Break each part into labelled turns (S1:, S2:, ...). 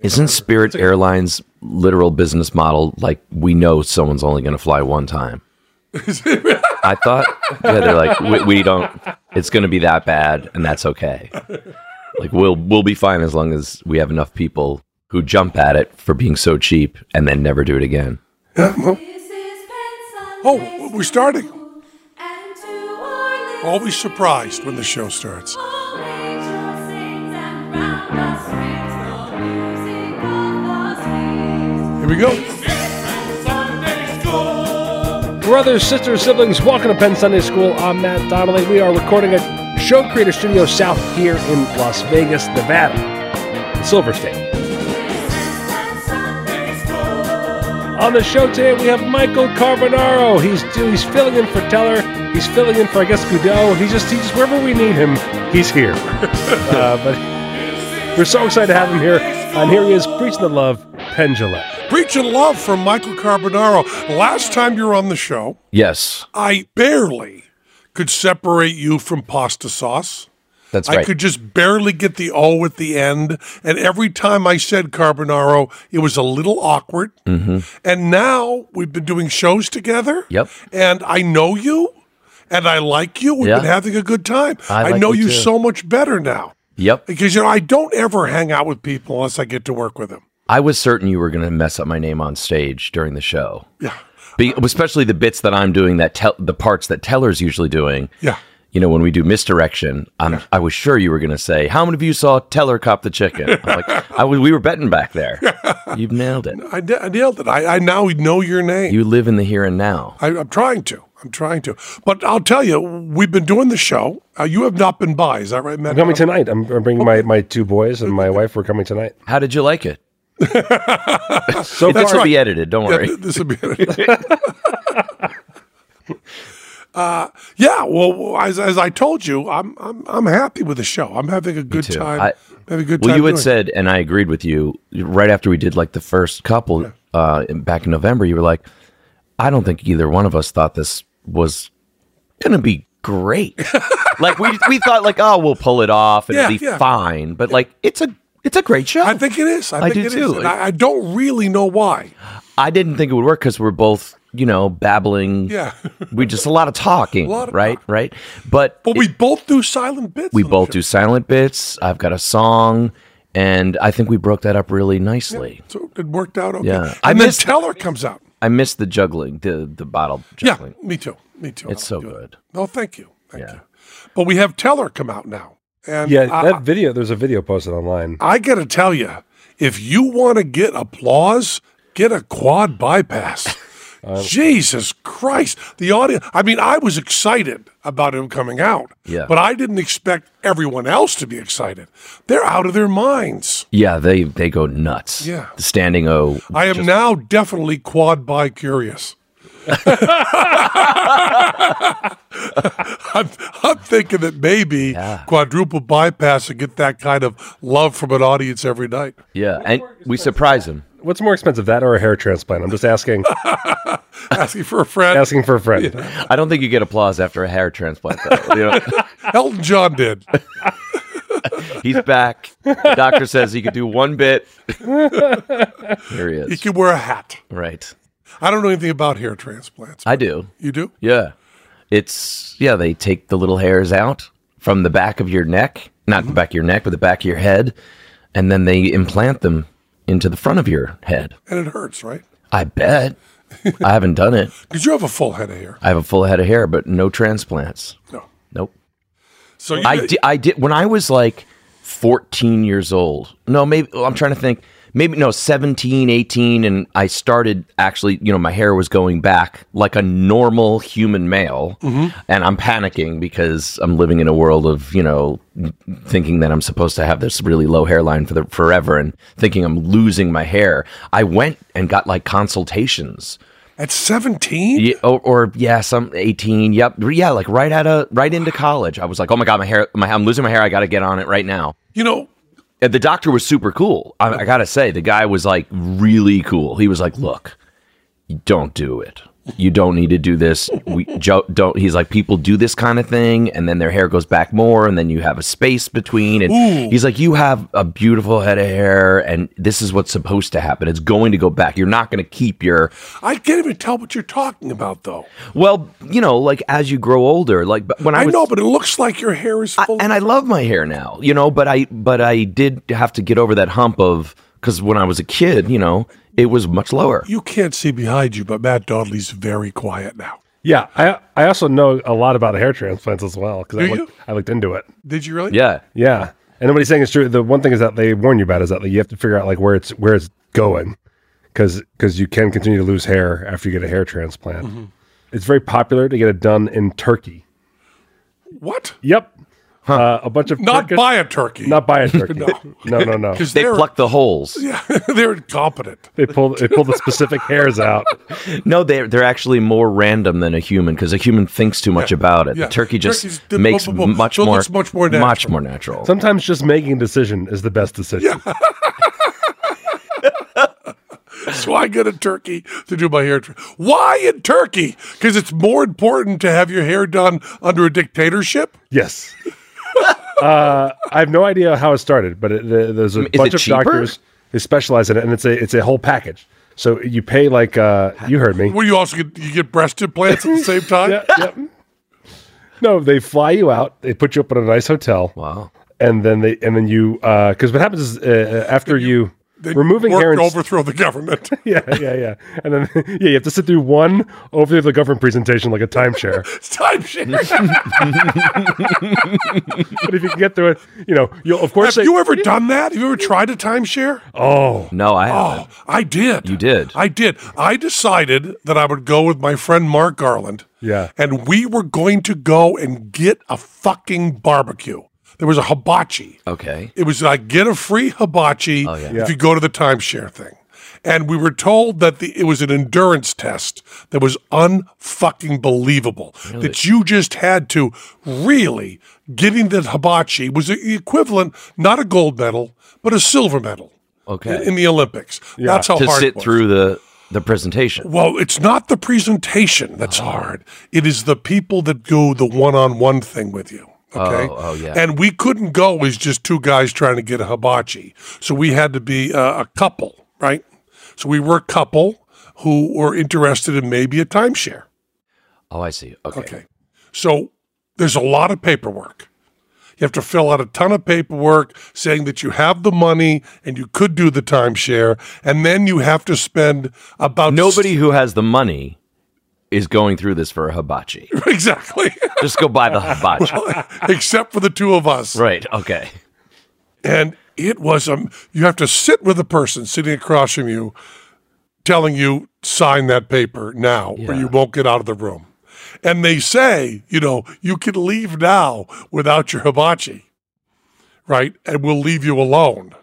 S1: Isn't Spirit Airlines literal business model like we know someone's only going to fly one time? I thought, yeah, they're like we, we don't. It's going to be that bad, and that's okay. Like we'll we'll be fine as long as we have enough people who jump at it for being so cheap and then never do it again.
S2: Yeah, well,
S3: Oh, we're starting.
S4: Oh.
S2: Always surprised when the show starts.
S3: Here we go.
S5: Brothers, sisters, siblings, welcome to Penn Sunday School. I'm Matt Donnelly. We are recording at Show Creator Studio South here in Las Vegas, Nevada, Silver State. On the show today, we have Michael Carbonaro. He's he's filling in for Teller. He's filling in for I guess Goodell. He's just he's just wherever we need him, he's here. uh, but we're so excited to have him here. And here he is preaching the love, Pendulum.
S2: Preaching love from Michael Carbonaro. Last time you were on the show,
S1: Yes,
S2: I barely could separate you from pasta sauce.
S1: that's
S2: I
S1: right.
S2: could just barely get the O at the end. And every time I said carbonaro, it was a little awkward. And now we've been doing shows together.
S1: Mm-hmm. Yep.
S2: And I know you and I like you. We've
S1: Yeah.
S2: been having a good time.
S1: I like
S2: know
S1: you
S2: you
S1: too.
S2: so much better now.
S1: yep,
S2: Because, you know, I don't ever hang out with people unless I get to work with them.
S1: I was certain you were going to mess up my name on stage during the show,
S2: Yeah.
S1: Be- especially the bits that I'm doing that tell the parts that Teller's usually doing.
S2: Yeah.
S1: you know, when we do misdirection, I'm, I was sure you were going to say, "How many of you saw Teller cop the chicken?" I'm like, I was, we were betting back there. You've nailed it.
S2: I, na- I nailed it. I, I now know your name.
S1: You live in the here and now.
S2: I, I'm trying to. I'm trying to. But I'll tell you, we've been doing the show. Uh, you have not been by. Is that right, Matt?
S5: I'm coming tonight. I'm, I'm bringing my, my two boys and my wife. We're coming tonight.
S1: How did you like it?
S5: So
S1: It's
S5: far,
S1: to be edited. Don't
S2: Yeah,
S1: worry.
S2: th- this would be uh, Uh, yeah, well, as, as I told you, I'm, I'm I'm happy with the show. I'm having a good
S1: too.
S2: time.
S1: I-
S2: having a good
S1: well,
S2: time.
S1: you had
S2: doing it.
S1: said, and I agreed with you right after we did like the first couple uh, in- back in November. You were like, I don't think either one of us thought this was going to be great. like we we thought like, oh, we'll pull it off and
S2: Yeah,
S1: it'll be
S2: yeah.
S1: fine. But like, it's a it's a great show.
S2: I think it is. I,
S1: I
S2: think
S1: do
S2: it is.
S1: too.
S2: And I, I don't really know why.
S1: I didn't think it would work because we're both, you know, babbling.
S2: Yeah.
S1: we just a lot of talking,
S2: lot of
S1: right? Right. But
S2: But we both do silent bits.
S1: we
S2: on the
S1: both
S2: show.
S1: do silent bits. I've got a song, and I think we broke that up really nicely.
S2: So it worked out okay.
S1: Yeah.
S2: And
S1: I
S2: then
S1: missed-
S2: Teller comes out.
S1: I miss the juggling, the the bottle
S2: Yeah,
S1: juggling.
S2: me too. Me too.
S1: It's so
S2: I'll do it.
S1: good.
S2: No, thank you. Thank
S1: Yeah.
S2: you. But we have Teller come out now. And
S5: yeah,
S2: I-
S5: that video. There's a video posted online.
S2: I got to tell you, if you want to get applause, get a quad bypass. Jesus Christ. The audience, I mean, I was excited about him coming out,
S1: Yeah.
S2: but I didn't expect everyone else to be excited. They're out of their minds.
S1: Yeah, they they go nuts.
S2: Yeah.
S1: the standing O.
S2: I am now definitely quad bi curious. I'm, I'm thinking that maybe quadruple bypass and get that kind of love from an audience every night.
S1: Yeah, and we surprise him.
S5: What's more expensive, that or a hair transplant? I'm just asking,
S2: Asking for a friend.
S5: asking for a friend.
S1: I don't think you get applause after a hair transplant. Though. You know,
S2: Elton John did.
S1: he's back. The doctor says he could do one bit. Here he is.
S2: He could wear a hat.
S1: right.
S2: I don't know anything about hair transplants.
S1: I do.
S2: You do?
S1: Yeah. It's yeah, they take the little hairs out from the back of your neck, not the back of your neck, but the back of your head and then they implant them into the front of your head.
S2: And it hurts, right?
S1: I bet. I haven't done it.
S2: Because you have a full head of hair.
S1: I have a full head of hair, but no transplants.
S2: No.
S1: Nope.
S2: So you,
S1: I did, I did when I was like 14 years old. No, maybe well, I'm trying to think. Maybe no, 17, 18 and I started actually, you know, my hair was going back like a normal human male. And I'm panicking because I'm living in a world of, you know, thinking that I'm supposed to have this really low hairline for the forever and thinking I'm losing my hair. I went and got like consultations
S2: at 17?
S1: yeah, or, or yeah, some eighteen. Yep, yeah, like right out of right into college. I was like, oh my god, my hair, my, I'm losing my hair. I got to get on it right now.
S2: You know,
S1: And the doctor was super cool. I, I gotta say, the guy was like really cool. He was like, look, you don't do it. You don't need to do this. We jo- don't. He's like, people do this kind of thing, and then their hair goes back more, and then you have a space between. And he's like, you have a beautiful head of hair, and this is what's supposed to happen. It's going to go back. You're not going to keep your
S2: I can't even tell what you're talking about, though.
S1: Well, you know, like as you grow older, like but when I,
S2: I,
S1: was,
S2: know, but it looks like your hair is
S1: I-
S2: full.
S1: and I love my hair now, you know, but I but I did have to get over that hump of because when I was a kid, you know, it was much lower.
S2: you can't see behind you, but Matt Dodley's very quiet now.
S5: Yeah, I I also know a lot about hair transplants as well because I
S2: Do
S5: looked, I looked into it.
S2: Did you really?
S1: Yeah,
S5: Yeah, and what he's saying is true. The one thing is that they warn you about is that like, you have to figure out like where it's where it's going because you can continue to lose hair after you get a hair transplant.
S2: Mm-hmm.
S5: It's very popular to get it done in Turkey.
S2: What?
S5: Yep, uh, a bunch of
S2: Not
S5: Turkish-
S2: by a turkey.
S5: not by a Turkey.
S2: No.
S5: no. no, no,
S2: Because
S1: they
S2: they are
S1: pluck the holes.
S2: they're incompetent.
S5: They pull they pull the specific hairs out.
S1: No, they're they're actually more random than a human because a human thinks too much about it.
S2: yeah.
S1: The turkey just
S2: Turkey's the-
S1: makes
S2: bu- bu- bu-
S1: much
S2: so it
S1: more
S2: looks much more
S1: much
S2: natural.
S1: more natural.
S5: Sometimes just making a decision is the best decision.
S2: So I get a turkey to do my hair. tr- Why in Turkey? Because it's more important to have your hair done under a dictatorship.
S5: Yes. uh, I have no idea how it started, but it, the, there's a
S1: it
S5: bunch of
S1: cheaper?
S5: doctors who specialize in it, and it's a it's a whole package. So you pay like uh, you heard me.
S2: Well, you also get you get breast implants at the same time.
S5: Yeah, yep. No, they fly you out. They put you up in a nice hotel,
S1: Wow.
S5: and then they and then you because what happens is uh, after you,
S2: They
S5: removing
S2: work
S5: hair
S2: to
S5: and
S2: overthrow the government.
S5: yeah yeah yeah, and then yeah you have to sit through one over the government presentation like a timeshare.
S2: it's time share.
S5: but if you can get through it, you know you'll of
S2: have
S5: course say,
S2: you ever done that? Have you ever tried a timeshare?
S5: oh
S1: No, I haven't.
S2: Oh, I did. You
S1: did.
S2: I did. I decided that I would go with my friend Mark Garland.
S5: Yeah.
S2: And we were going to go and get a fucking barbecue. There was a hibachi.
S1: Okay.
S2: It was like get a free hibachi
S1: Oh, yeah.
S2: if you go to the timeshare thing. And we were told that the, it was an endurance test that was unfucking believable. That you just had to really getting the hibachi was the equivalent, not a gold medal, but a silver medal
S1: Okay.
S2: in the Olympics. That's how
S1: to
S2: hard it
S1: sit
S2: was.
S1: through the the presentation.
S2: Well, it's not the presentation that's
S1: Oh.
S2: hard. It is the people that do the one-on-one thing with you. Okay.
S1: Oh, oh, yeah.
S2: And we couldn't go as just two guys trying to get a hibachi, so we had to be uh, a couple, right? So we were a couple who were interested in maybe a timeshare.
S1: Oh, I see. Okay.
S2: Okay. So there's a lot of paperwork. You have to fill out a ton of paperwork saying that you have the money and you could do the timeshare, and then you have to spend about
S1: Nobody who has the money is going through this for a hibachi.
S2: exactly.
S1: Just go buy the hibachi.
S2: except for the two of us.
S1: Right. Okay.
S2: And it was um you have to sit with a person sitting across from you telling you sign that paper now or you won't get out of the room. And they say, you know, you can leave now without your hibachi. Right? And we'll leave you alone.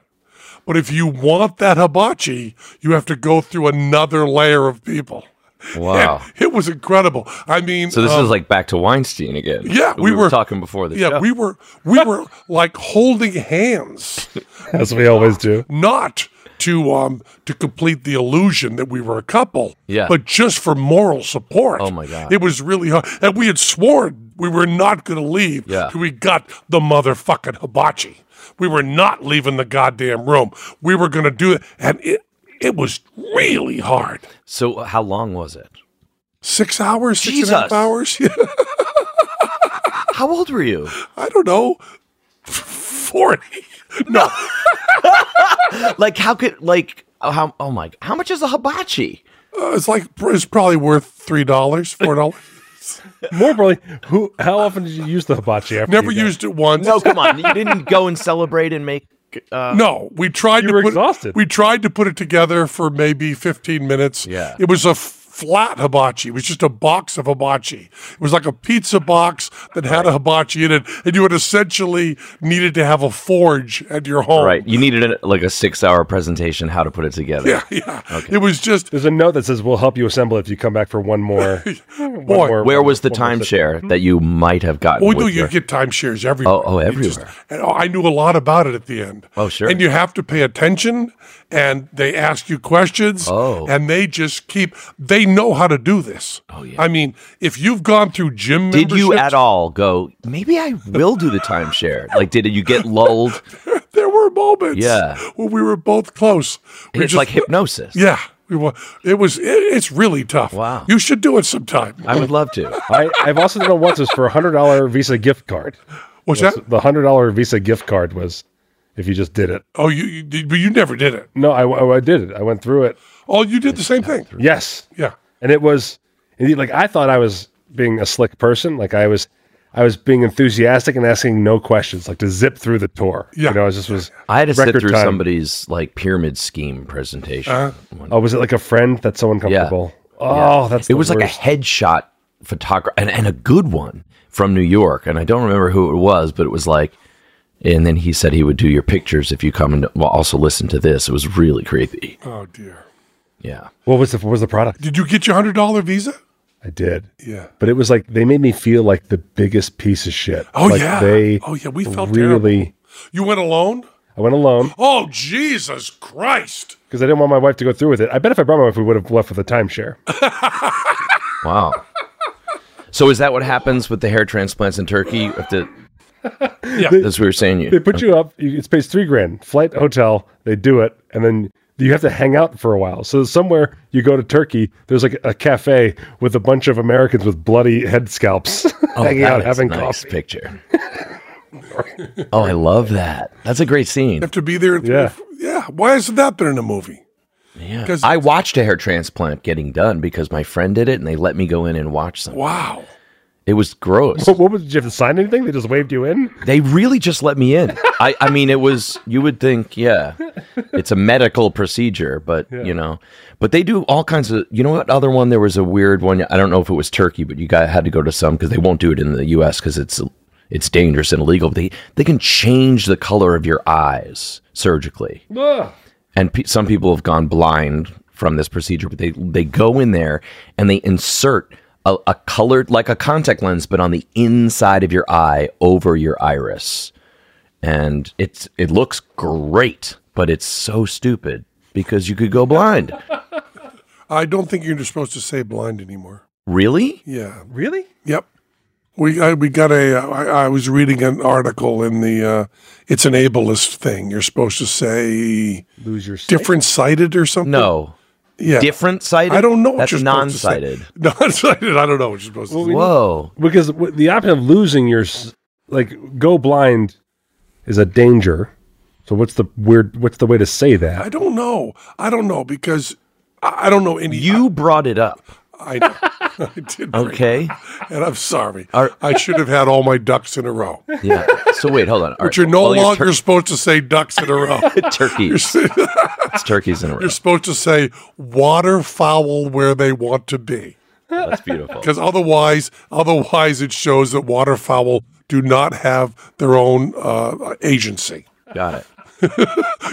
S2: But if you want that hibachi, you have to go through another layer of people.
S1: Wow.
S2: And it was incredible. I mean,
S1: So this
S2: um,
S1: is like back to Weinstein again.
S2: yeah, we, were
S1: talking before the
S2: yeah,
S1: show.
S2: we were we were like holding hands,
S5: as we always do.
S2: not to um to complete the illusion that we were a couple,
S1: Yeah.
S2: but just for moral support.
S1: Oh, my God.
S2: it was really hard, and we had sworn we were not going to leave
S1: Yeah.
S2: till we got the motherfucking hibachi. We were not leaving the goddamn room. We were going to do it, and it it was really hard.
S1: so how long was it?
S2: Six hours, six and a half
S1: Jesus.
S2: hours. Yeah,
S1: How old were you?
S2: I don't know, forty. No.
S1: like how could like oh, how oh my how much is a hibachi?
S2: Uh, it's like it's probably worth three dollars, four dollars.
S5: More importantly, who? How often did you use the hibachi? After
S2: Never
S5: you got-
S2: used it once.
S1: No, come on, you didn't go and celebrate and make. Uh,
S2: No, we tried
S5: You
S2: to
S5: were
S2: put
S5: exhausted.
S2: we tried to put it together for maybe 15 minutes.
S1: Yeah.
S2: It was a f- flat hibachi. It was just a box of hibachi. It was like a pizza box that had a hibachi in it and you had essentially needed to have a forge at your home.
S1: right, you needed an, like a six-hour presentation how to put it together.
S2: Yeah, yeah. It was just
S5: There's a note that says, "We'll help you assemble if you come back for one more." one
S2: Boy,
S1: Where was the
S5: one more sip."
S1: timeshare that you might have gotten?
S2: Oh, we
S1: with
S2: do. You
S1: your-
S2: get timeshares everywhere.
S1: Oh, oh,
S2: You just-
S1: everywhere.
S2: and I knew a lot about it at the end.
S1: Oh, sure.
S2: And you have to pay attention, and they ask you questions.
S1: Oh.
S2: And they just keep. They know how to do this. Oh yeah. I mean, if you've gone through gym,
S1: did you
S2: memberships-
S1: at all go? Maybe I will do the timeshare. like, did you get lulled?
S2: There were moments.
S1: Yeah.
S2: When we were both close. We
S1: It's
S2: just-
S1: like hypnosis.
S2: Yeah. We were. It was. It, it's really tough.
S1: Wow.
S2: You should do it sometime.
S1: I would love to.
S5: I, I've also done it once. Is for a hundred dollar Visa gift card.
S2: What's that?
S5: The hundred dollar Visa gift card was if you just did it.
S2: Oh, you, you. did- But you never did it.
S5: No, I, I- I did it. I went through it.
S2: Oh, you did the same thing.
S5: Yes,
S2: Yeah.
S5: and it was indeed like I thought I was being a slick person. Like I was, I was being enthusiastic and asking no questions, like to zip through the tour.
S2: Yeah.
S5: you know, it just was.
S1: I had to sit
S5: record
S1: through
S5: time.
S1: somebody's like pyramid scheme presentation.
S5: Oh, was it like a friend that's so uncomfortable? Oh,
S1: it
S5: that's the
S1: was like a
S5: worst.
S1: headshot photographer and, and a good one from New York. And I don't remember who it was, but it was like, and then he said he would do your pictures if you come and well, also listen to this. It was really creepy.
S2: Oh dear.
S1: Yeah.
S5: what was the what was the product?
S2: Did you get your hundred dollar visa?
S5: I did.
S2: Yeah.
S5: but it was like they made me feel like the biggest piece of shit.
S2: Oh,
S5: Like,
S2: yeah.
S5: they.
S2: Oh, yeah, we felt
S5: really.
S2: You went alone?
S5: I went alone
S2: Oh, Jesus Christ.
S5: because I didn't want my wife to go through with it. I bet if I brought my wife, we would have left with a timeshare.
S1: Wow. so is that what happens with the hair transplants in Turkey? You have to- That's what we were saying.
S5: They
S1: You,
S5: put you up. You, it's pays three grand, flight, hotel. They do it, and then you have to hang out for a while. So somewhere you go to Turkey, there's like a cafe with a bunch of Americans with bloody head scalps hanging
S1: Oh, that
S5: out
S1: is
S5: having
S1: a nice
S5: coffee.
S1: picture. oh, I love that. That's a great scene.
S2: You have to be there. in three-
S5: Yeah.
S2: Yeah. Why hasn't that been in a movie?
S1: Yeah.
S2: 'Cause-
S1: I watched a hair transplant getting done because my friend did it and they let me go in and watch some.
S2: Wow.
S1: It was gross.
S5: What, what was? Did you have to sign anything? They just waved you in.
S1: They really just let me in. I, I mean, it was, you would think, yeah, it's a medical procedure, but, you know, but they do all kinds of, you know what? Other one, there was a weird one. I don't know if it was Turkey, but you guys had to go to some because they won't do it in the U.S. because it's, it's dangerous and illegal. But they, they can change the color of your eyes surgically. And pe- some people have gone blind from this procedure, but they, they go in there and they insert a, a colored, like a contact lens, but on the inside of your eye over your iris and it's it looks great, but it's so stupid because you could go blind.
S2: I don't think you're supposed to say blind anymore.
S1: really?
S2: Yeah.
S5: Really?
S2: Yep. We I, we got a. uh, I, I was reading an article in the. Uh, it's an ableist thing. You're supposed to say
S5: Lose your sight?
S2: different sighted or something.
S1: No.
S2: Yeah.
S1: Different sighted.
S2: I don't know. What
S1: That's
S2: you're
S1: non-sighted.
S2: Non sighted. I don't know what you're supposed to. say.
S1: Whoa.
S5: because w- the option of losing your s- like go blind is a danger. So what's the weird? What's the way to say
S2: I
S5: that?
S2: don't know. I don't know because I, I don't know any.
S1: You brought it up.
S2: I, I know. I did. bring-
S1: Okay.
S2: And I'm sorry.
S1: Are-
S2: I should have had all my ducks in a row.
S1: Yeah. So wait, hold on. All right.
S2: But you're no
S1: Well,
S2: longer
S1: tur-
S2: supposed to say ducks in a row.
S1: turkeys. it's turkeys in a row.
S2: you're supposed to say waterfowl where they want to be,
S1: That's beautiful.
S2: because otherwise, otherwise it shows that waterfowl do not have their own uh, agency.
S1: Got it.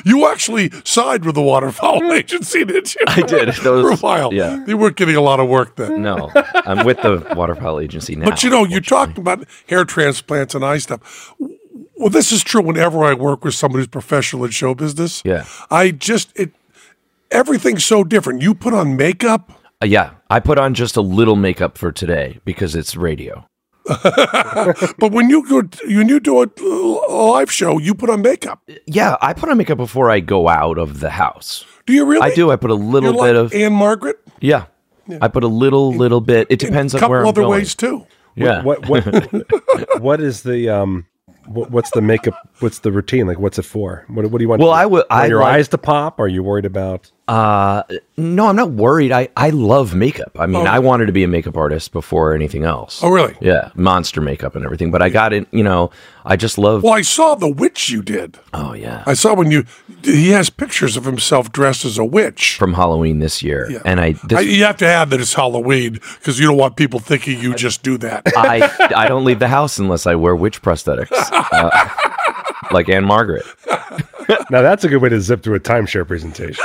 S2: You actually side with the waterfowl agency, did you?
S1: I did.
S2: for a
S1: Those-
S2: while.
S1: yeah.
S2: they weren't getting a lot of work then.
S1: No, I'm with the waterfowl agency now.
S2: But you know, you talked about hair transplants and eye stuff. Well, this is true whenever I work with somebody who's professional in show business.
S1: Yeah.
S2: I just it everything's so different. You put on makeup.
S1: Uh, yeah, I put on just a little makeup for today because it's radio.
S2: But when you go, when you do a, a live show, you put on makeup.
S1: Yeah, I put on makeup before I go out of the house.
S2: Do you really?
S1: I do. I put a little
S2: You're
S1: bit
S2: like
S1: of
S2: Anne Margaret.
S1: Yeah. I put a little, little bit. It depends
S2: a
S1: on
S2: couple
S1: where I'm
S2: other
S1: going.
S2: ways too.
S1: Yeah.
S5: What what what is the um wh- what's the makeup? What's the routine? Like, what's it for? What, what do you want?
S1: Well,
S5: to-
S1: I would-
S5: you want
S1: I
S5: your
S1: like-
S5: eyes to pop. Are you worried about?
S1: Uh, no, I'm not worried. I, I love makeup. I mean, I wanted to be a makeup artist before anything else.
S2: Oh, really?
S1: Yeah, monster makeup and everything. But I got it. You know, I just love.
S2: Well, I saw the witch you did.
S1: Oh yeah,
S2: I saw when you. He has pictures of himself dressed as a witch.
S1: from Halloween this year, and I,
S2: I,
S1: this,
S2: you have to add that it's Halloween because you don't want people thinking you just do that.
S1: I, I, don't leave the house unless I wear witch prosthetics, uh, like Anne Margaret.
S5: Now that's a good way to zip through a timeshare presentation.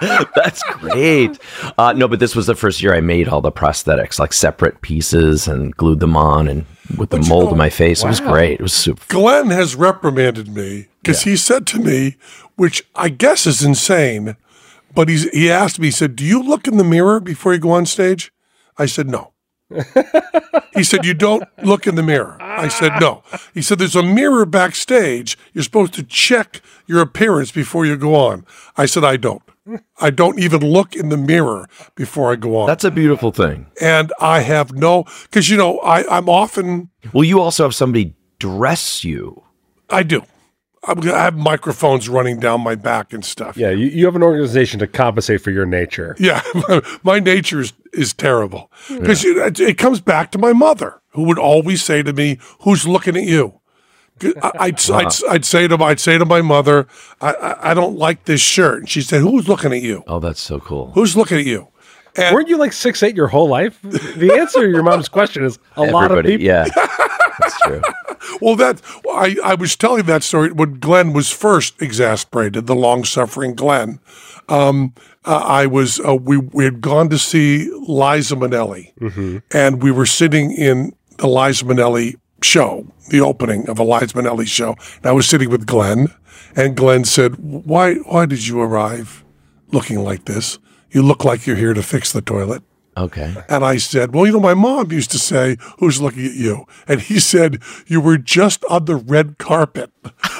S1: That's great. Uh, no, but this was the first year I made all the prosthetics, like separate pieces, and glued them on, and with the mold in my face. It was great. It was super.
S2: Glenn has reprimanded me because he said to me, which I guess is insane, but he's, he asked me, he said, Do you look in the mirror before you go on stage? I said, No. he said, You don't look in the mirror. I said, No. He said, There's a mirror backstage. You're supposed to check your appearance before you go on. I said, I don't. I don't even look in the mirror before I go on.
S1: That's a beautiful thing.
S2: and I have no, because, you know, I, I'm often
S1: Well, you also have somebody dress you.
S2: I do. I'm gonna- I have microphones running down my back and stuff.
S5: yeah, you, you have an organization to compensate for your nature.
S2: Yeah, my nature is, is terrible because it, it comes back to my mother, who would always say to me, "Who's looking at you?" 'Cause I- I'd, I'd, I'd say to my- I'd say to my mother, I, I, "I don't like this shirt," and she said, "Who's looking at you?
S1: Oh, that's so cool.
S2: Who's looking at you?" And
S5: Weren't you like six eight your whole life? The answer to your mom's question is a lot of
S1: Everybody,
S5: people.
S1: yeah, that's true.
S2: well, that I, I was telling that story when Glenn was first exasperated, the long-suffering Glenn. uh, I was uh, we we had gone to see Liza Minnelli, and we were sitting in the Liza Minnelli show, the opening of a Liza Minnelli show. And I was sitting with Glenn, and Glenn said, "Why why did you arrive looking like this? You look like you're here to fix the toilet."
S1: Okay.
S2: And I said, Well, you know, my mom used to say, Who's looking at you? And he said, You were just on the red carpet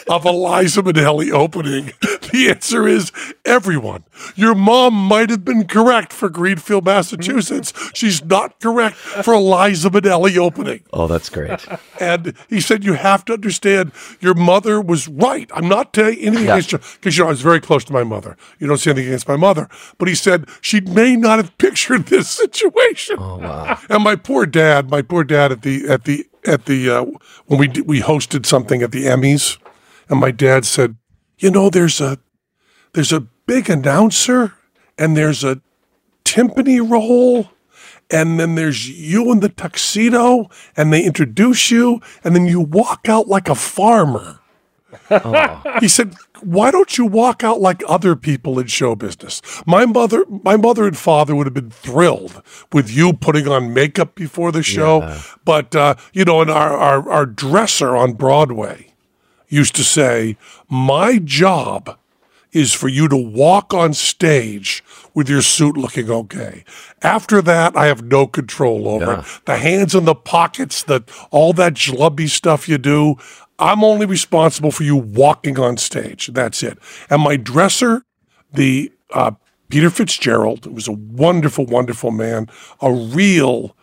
S2: of Eliza Minnelli opening. The answer is everyone. Your mom might have been correct for Greenfield, Massachusetts. She's not correct for Eliza Minnelli opening.
S1: Oh, that's great.
S2: And he said, You have to understand your mother was right. I'm not saying anything against her because you know, I was very close to my mother. You don't say anything against my mother. But he said, She may not have pictured this situation. Oh, wow. And my poor dad, my poor dad at the, at the, at the, uh, when we, did, we hosted something at the Emmys, and my dad said, You know, there's a, there's a big announcer and there's a timpani roll and then there's you in the tuxedo and they introduce you and then you walk out like a farmer he said why don't you walk out like other people in show business my mother my mother and father would have been thrilled with you putting on makeup before the show but uh, you know and our, our our dresser on broadway used to say my job is for you to walk on stage with your suit looking okay. After that, I have no control over it. The hands in the pockets, the all that schlubby stuff you do. I'm only responsible for you walking on stage. That's it. And my dresser, the uh, Peter Fitzgerald, who was a wonderful, wonderful man, a real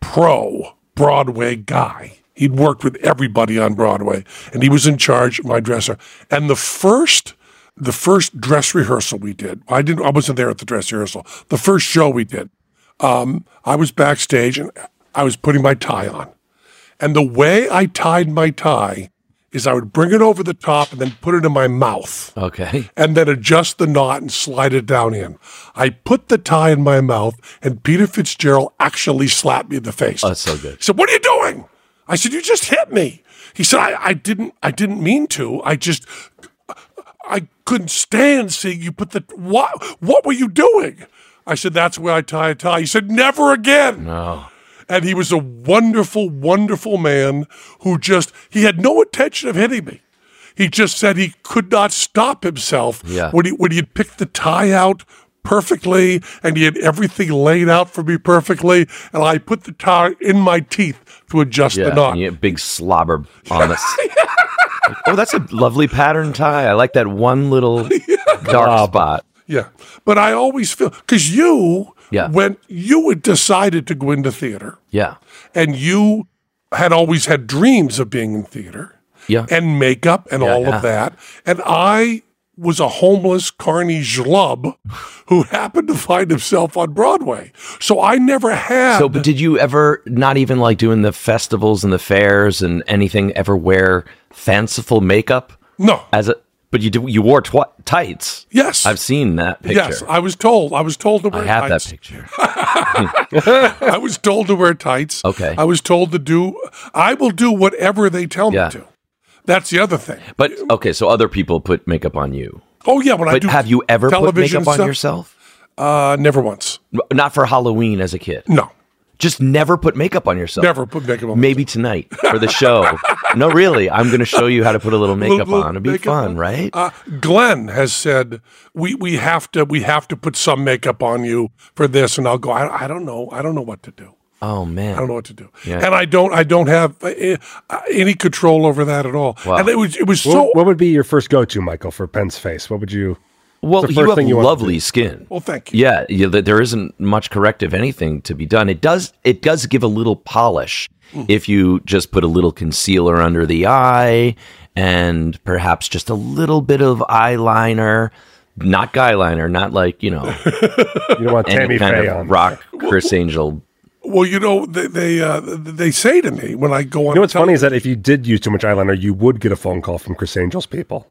S2: pro Broadway guy. He'd worked with everybody on Broadway, and he was in charge of my dresser. And the first, the first dress rehearsal we did, I didn't, I wasn't there at the dress rehearsal. The first show we did, um, I was backstage and I was putting my tie on. And the way I tied my tie is I would bring it over the top and then put it in my mouth
S1: Okay.
S2: and then adjust the knot and slide it down in. I put the tie in my mouth, and Peter Fitzgerald actually slapped me in the face.
S1: Oh, that's so good.
S2: He said, "What are you doing?" I said, "You just hit me." He said, "I, I didn't. I didn't mean to. I just." I couldn't stand seeing you put the what what were you doing? I said, That's where I tie a tie. He said, Never again.
S5: Oh.
S1: No.
S2: And he was a wonderful, wonderful man who just, he had no intention of hitting me. He just said he could not stop himself
S1: Yeah.
S2: when he when he had picked the tie out perfectly and he had everything laid out for me perfectly. And I put the tie in my teeth to adjust
S1: Yeah.
S2: the knot.
S1: and you- big slobber on us. oh, that's a lovely pattern tie. I like that one little dark spot.
S2: Yeah. But I always feel because you
S1: Yeah.
S2: when you had decided to go into theater
S1: Yeah.
S2: and you had always had dreams of being in theater.
S1: Yeah.
S2: and makeup and all
S1: Uh, yeah.
S2: of that. And I was a homeless carny schlub who happened to find himself on Broadway. So I never had
S1: So, but did you ever not even like doing the festivals and the fairs and anything? Ever wear fanciful makeup
S2: no.
S1: as a? But you do, you wore twi- tights.
S2: Yes.
S1: I've seen that picture.
S2: Yes, I was told. I was told to
S1: I
S2: wear
S1: have that
S2: tights.
S1: picture.
S2: I was told to wear tights.
S1: Okay.
S2: I was told to do. I will do whatever they tell
S1: Yeah.
S2: me to. That's the other thing.
S1: But okay, so other people put makeup on you.
S2: Oh yeah, when I
S1: But
S2: do.
S1: have you ever put
S2: television
S1: makeup on
S2: stuff-
S1: yourself?
S2: Uh, never once.
S1: N- Not for Halloween as a kid.
S2: No,
S1: Just never put makeup on yourself.
S2: never put makeup on.
S1: Maybe tonight for the show. no, really, I'm going to show you how to put a little makeup
S2: Little
S1: on. It'd be
S2: makeup
S1: fun,
S2: on.
S1: right?
S2: Uh, Glenn has said we we have to we have to put some makeup on you for this, and I'll go. I, I don't know. I don't know what to do.
S1: oh man,
S2: I don't know what to do,
S1: Yeah.
S2: and I don't. I don't have uh, uh, any control over that at all. And it was. It was
S5: What,
S2: so.
S5: what would be your first go-to, Michael, for Penn's face? What would you?
S1: Well,
S5: It's the
S1: you
S5: first
S1: have
S5: thing you want to
S1: lovely skin.
S2: well, thank you.
S1: Yeah, yeah, th- there isn't much corrective anything to be done. It does it does give a little polish
S5: Hmm.
S1: if you just put a little concealer under the eye and perhaps just a little bit of eyeliner, not guy liner, not like, you know,
S5: You don't want
S1: any
S5: Tammy
S1: kind
S5: Faye
S1: of
S5: on.
S1: rock Chris Angel.
S2: Well, you know they they, uh, they say to me when I go on.
S5: You know what's
S2: tele-
S5: funny is that if you did use too much eyeliner, you would get a phone call from Chris Angel's people.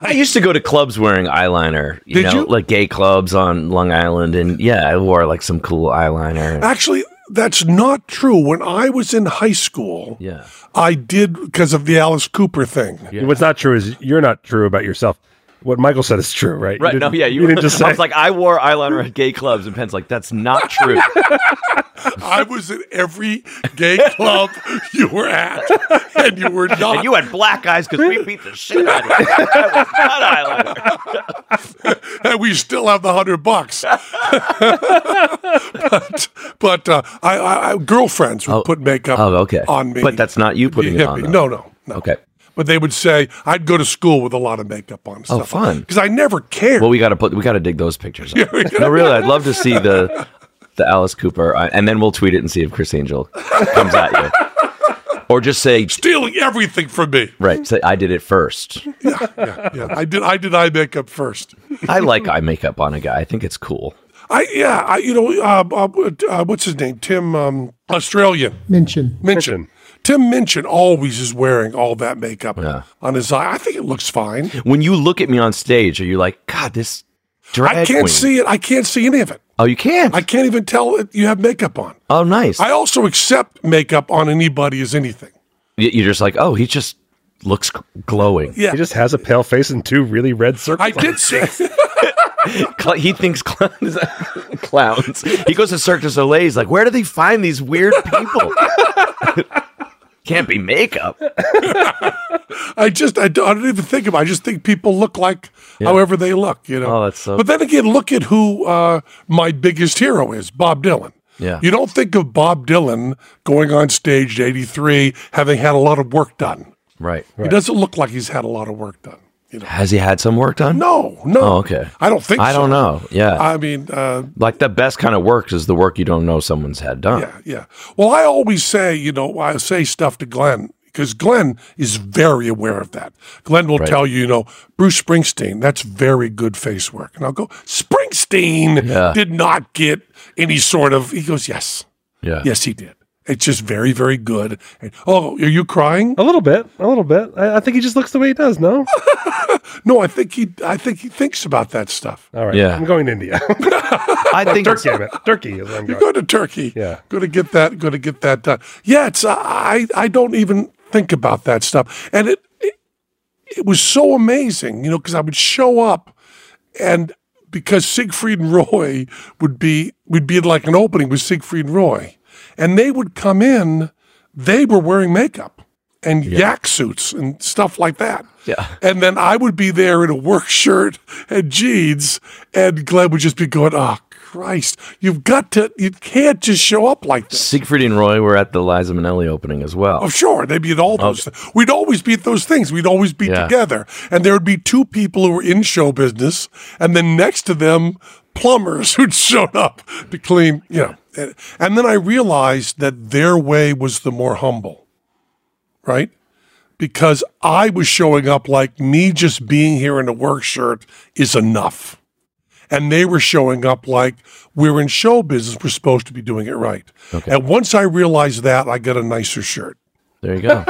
S1: I used to go to clubs wearing eyeliner, you
S2: Did
S1: know,
S2: you?
S1: like gay clubs on Long Island and yeah, I wore like some cool eyeliner.
S5: Uh,
S2: Actually, that's not true. When I was in high school,
S1: Yeah.
S2: I did because of the Alice Cooper thing.
S5: What's not true is you're not true about yourself. What Michael said is true, right?
S1: Right. No,
S5: didn't-
S1: yeah. You,
S5: you didn't just
S1: I
S5: say.
S1: was like, I wore eyeliner at gay clubs, and Penn's like, that's not true.
S2: I was in every gay club you were at, and you were not.
S1: and you had black eyes because we beat the shit out of you. That was not eyeliner.
S2: and we still have the hundred bucks. but but uh, I, I, I girlfriends would put makeup.
S1: Oh, okay.
S2: On me,
S1: But that's not you putting it
S2: hit
S1: on.
S2: me.
S1: though.
S2: No, no, no.
S1: Okay.
S2: But they would say I'd go to school with a lot of makeup on. Oh,
S1: fun.
S2: Because I never cared.
S1: Well, we gotta put. We gotta dig those pictures. Up. no, really. I'd love to see the the Alice Cooper, eye- and then we'll tweet it and see if Chris Angel comes at you, or just say.
S2: stealing everything from me.
S1: Right, say I did it first.
S2: Yeah, I did. I did eye makeup first.
S1: I like eye makeup on a guy. I think it's cool.
S2: I yeah. I you know uh, uh, uh, what's his name? Tim um, Australian
S6: Mention.
S2: Minchin. Tim Minchin always is wearing all that makeup
S1: Yeah.
S2: on his eye. I think it looks fine.
S1: When you look at me on stage, are you like, God, this drag
S2: I can't
S1: queen."
S2: see it. I can't see any of it.
S1: Oh, you can't.
S2: I can't even tell it you have makeup on.
S1: oh, nice.
S2: I also accept makeup on anybody as anything.
S1: Y- you're just like, oh, he just looks g- glowing.
S2: Yeah.
S5: he just has a pale face and two really red circles.
S2: I did see.
S1: Cl- he thinks clowns. clowns. He goes to Cirque du Soleil. He's like, where do they find these weird people? Can't be makeup.
S2: I just I don't, I don't even think about. it. I just think people look like however they look. You know.
S1: Oh, that's so-
S2: But then again, look at who uh, my biggest hero is: Bob Dylan.
S1: Yeah.
S2: You don't think of Bob Dylan going on stage at 83 having had a lot of work done.
S1: Right.
S2: He doesn't look like he's had a lot of work done. You know.
S1: Has he had some work done?
S2: No, no.
S1: Oh, okay.
S2: I don't think
S1: I
S2: so.
S1: don't know. Yeah.
S2: I mean, uh,
S1: like the best kind of work is the work you don't know someone's had done.
S2: Yeah, yeah. Well, I always say, you know, I say stuff to Glenn because Glenn is very aware of that. Glenn will tell you, you know, Bruce Springsteen, that's very good face work. And I'll go, Springsteen did not get any sort of, he goes, yes,
S1: Yeah.
S2: yes, he did. It's just very, very good. And, oh, are you crying?
S5: a little bit, a little bit. I, I think he just looks the way he does. No,
S2: No, I think he, I think he thinks about that stuff.
S5: all right.
S1: Yeah.
S5: I'm going to India.
S1: I think it's-
S5: Damn it, Turkey is where I'm going.
S2: Go to Turkey.
S5: Yeah.
S2: Going to get that. Going to get that done. Yeah. It's uh, I. I don't even think about that stuff, and it it, it was so amazing, you know, because I would show up, and because Siegfried and Roy would be would be in like an opening with Siegfried and Roy, and they would come in, they were wearing makeup and yak suits and stuff like that.
S1: Yeah.
S2: And then I would be there in a work shirt and jeans, and Glenn would just be going, "Oh Christ, you've got to, you can't just show up like this."
S1: Siegfried and Roy were at the Liza Minnelli opening as well.
S2: Oh, sure, they'd be at all those. Th- We'd always be at those things. We'd always be
S1: Yeah.
S2: together, and there would be two people who were in show business, and then next to them, plumbers who'd shown up to clean. You know, And, and then I realized that their way was the more humble, right? Because I was showing up like me just being here in a work shirt is enough and they were showing up like we're in show business. We're supposed to be doing it right. And once I realized that, I got a nicer shirt.
S1: There you go.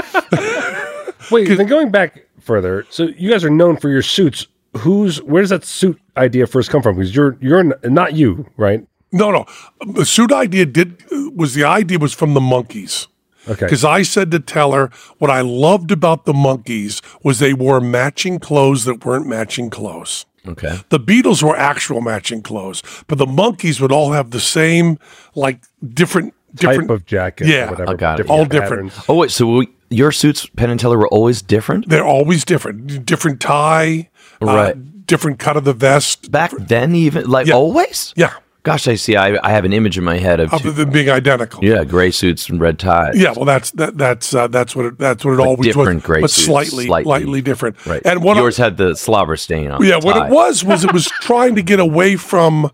S5: Wait, then going back further, so you guys are known for your suits. Who's where does that suit idea first come from? Because you're you're n- not you, right?
S2: No, no, the suit idea did was the idea was from the monkeys.
S5: Okay.
S2: Because I said to Teller, what I loved about the monkeys was they wore matching clothes that weren't matching clothes.
S1: Okay.
S2: The Beatles were actual matching clothes, but the monkeys would all have the same, like different, different.
S5: type of jacket.
S2: Yeah,
S5: or whatever,
S1: I got it.
S2: All different.
S5: patterns.
S1: Oh wait, so we, your suits, Penn and Teller, were always different
S2: they're always different. Different tie, uh,
S1: Right.
S2: different cut of the vest.
S1: back then, even like
S2: Yeah.
S1: always.
S2: Yeah,
S1: Gosh, I see. I, I have an image in my head of
S2: other
S1: two,
S2: than being identical.
S1: yeah, gray suits and red ties.
S2: Yeah, well, that's that, that's uh, that's what it, that's what it always
S1: different
S2: was,
S1: gray
S2: but
S1: suits,
S2: slightly,
S1: slightly.
S2: slightly different.
S1: Right.
S2: And what I-
S1: yours had the slobber stain on.
S2: yeah,
S1: the
S2: what
S1: tie.
S2: it was was it was trying to get away from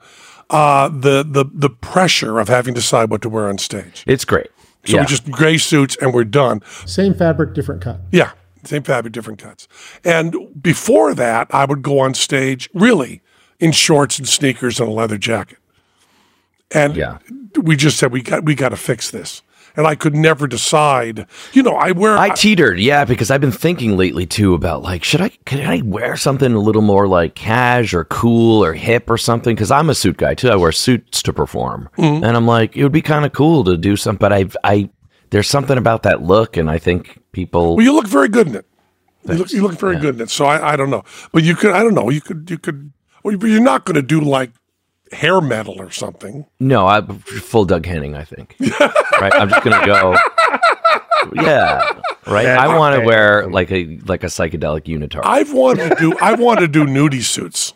S2: uh, the the the pressure of having to decide what to wear on stage.
S1: It's great.
S2: So
S1: yeah.
S2: we just gray suits and we're done.
S6: Same fabric, different cut.
S2: Yeah, same fabric, different cuts. And before that, I would go on stage really in shorts and sneakers and a leather jacket. And
S1: Yeah.
S2: we just said we got we got to fix this. And I could never decide. You know, I wear
S1: I teetered, yeah, because I've been thinking lately too about like, should I could I wear something a little more like cash or cool or hip or something? Because I'm a suit guy too. I wear suits to perform,
S2: Mm-hmm.
S1: and I'm like, it would be kind of cool to do something. But I, I, there's something about that look, and I think people.
S2: Well, you look very good in it. You look, you look very good in it. So I, I don't know, but you could I don't know. You could you could. Well, but you're not going to do like hair metal or something.
S1: no, I'm full Doug Henning. I think. right, I'm just gonna go. Yeah, right. I want to wear like a like a psychedelic unitard.
S2: I've wanted to do I want to do nudie suits.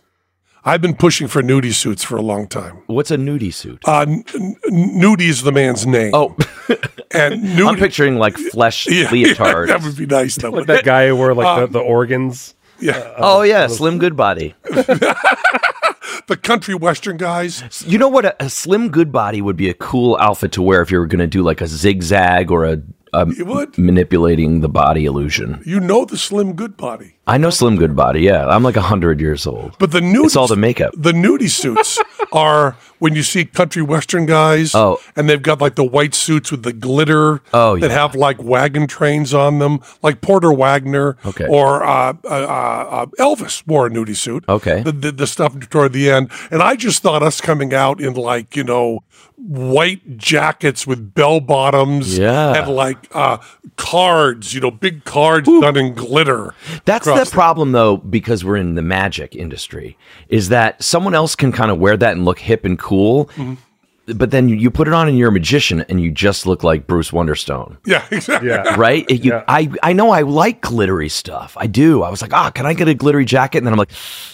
S2: I've been pushing for nudie suits for a long time.
S1: What's a nudie suit?
S2: Uh, n- n- nudie is the man's name.
S1: oh,
S2: and
S1: I'm
S2: nudie.
S1: picturing like flesh
S2: Yeah,
S1: leotards.
S2: that would be nice though.
S5: Like that guy who wore like
S2: Um,
S5: the, the organs.
S2: yeah,
S1: Oh yeah, Slim Goodbody.
S2: the country western guys.
S1: You know what? A, a Slim Goodbody would be a cool outfit to wear if you were going to do like a zigzag or a, a
S2: You would.
S1: manipulating the body illusion.
S2: You know the slim good body,
S1: I know Slim Goodbody. Yeah, I'm like hundred years old.
S2: but the nudie.
S1: it's all the makeup.
S2: the nudie suits are when you see country western guys
S1: Oh.
S2: and they've got like the white suits with the glitter
S1: Oh,
S2: that
S1: yeah.
S2: have like wagon trains on them like porter wagner
S1: Okay.
S2: or uh, uh, uh, elvis wore a nudie suit
S1: Okay.
S2: the, the, the stuff toward the end and i just thought us coming out in like you know white jackets with bell bottoms
S1: Yeah.
S2: and like uh, cards you know big cards done in glitter
S1: That's the
S2: across-
S1: problem, though, because we're in the magic industry, is that someone else can kind of wear that and look hip and cool.
S2: Mm-hmm.
S1: But then you- you put it on and you're a magician and you just look like Bruce Wonderstone.
S2: yeah exactly
S5: Yeah.
S1: right? It- you-
S5: Yeah.
S1: I, I know I like glittery stuff. I do. I was like, ah, can I get a glittery jacket? And then I'm like,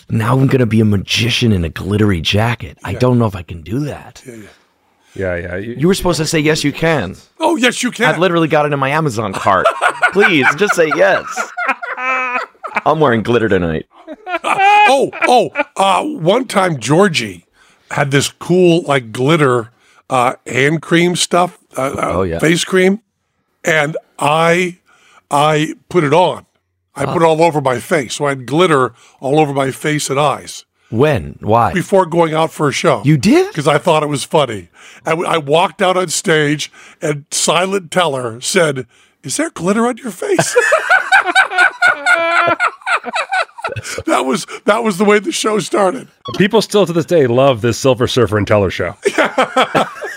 S1: now I'm going to be a magician in a glittery jacket. I don't know if I can do that.
S5: Yeah, yeah. You-
S1: You were supposed to say, yes, you can.
S2: oh yes you
S1: I've
S2: can
S1: literally got it in my Amazon cart. Please just say yes. I'm wearing glitter tonight.
S2: oh, oh, uh, one time Georgie had this cool like glitter uh, hand cream stuff, uh, uh,
S1: Oh, yeah.
S2: face cream, and I I put it on. I put
S1: Uh.
S2: it all over my face. So I had glitter all over my face and eyes
S1: When? Why?
S2: before going out for a show.
S1: You did?
S2: Because I thought it was funny. I, w- I walked out on stage and Silent Teller said, Is there glitter on your face? that was that was the way the show started.
S5: People still to this day love this Silver Surfer and Teller show.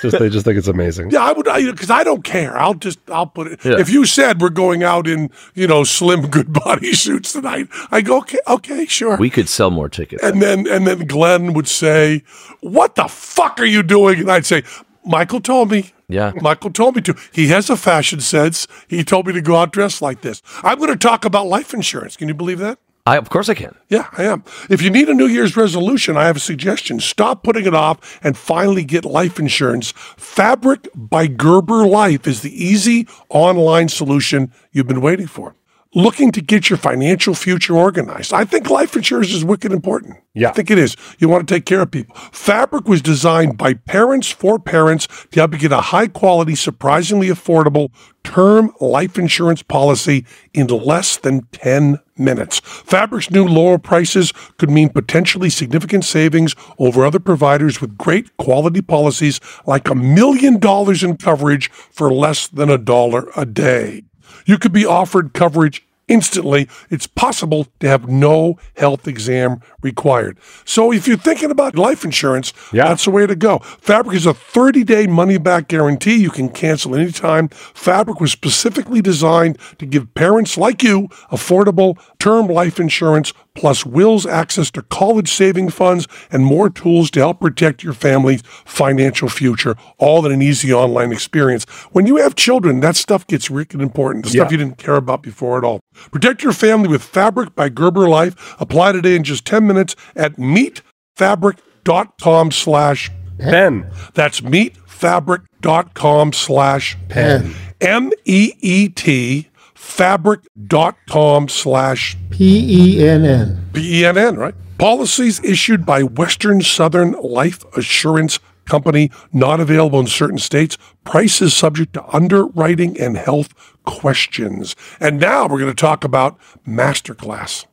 S5: just they just think it's amazing.
S2: Yeah, I would because I, don't care. I'll just I'll put it.
S1: Yeah.
S2: If you said we're going out in you know slim good body suits tonight, I go okay, okay, sure.
S1: We could sell more tickets.
S2: and then and then Glenn would say, "What the fuck are you doing?" And I'd say, "Michael told me."
S1: Yeah.
S2: Michael told me to. He has a fashion sense. He told me to go out dressed like this. I'm going to talk about life insurance. Can you believe that?
S1: I, of course I can.
S2: Yeah, I am. If you need a New Year's resolution, I have a suggestion. Stop putting it off and finally get life insurance. Fabric by Gerber Life is the easy online solution you've been waiting for. looking to get your financial future organized. I think life insurance is wicked important.
S5: Yeah.
S2: I think it is. You want to take care of people. Fabric was designed by parents for parents to help you get a high quality, surprisingly affordable term life insurance policy in less than 10 minutes. Fabric's new lower prices could mean potentially significant savings over other providers with great quality policies like a million dollars in coverage for less than a dollar a day. You could be offered coverage instantly. It's possible to have no health exam required. So if you're thinking about life insurance,
S5: Yeah.
S2: that's the way to go. Fabric is a 30-day money-back guarantee. You can cancel anytime. Fabric was specifically designed to give parents like you affordable term life insurance plus wills access to college saving funds and more tools to help protect your family's financial future, all in an easy online experience. When you have children, that stuff gets rick and important. The stuff
S5: Yeah.
S2: you didn't care about before at all. Protect your family with Fabric by Gerber Life. Apply today in just 10 minutes at meetfabric.com slash
S5: Ben.
S2: that's meetfabric.com slash pen. M E E T fabric.com slash
S6: P E N N.
S2: BENN, right? Policies issued by Western Southern Life Assurance Company, not available in certain states. Price is subject to underwriting and health questions. And now we're going to talk about Masterclass.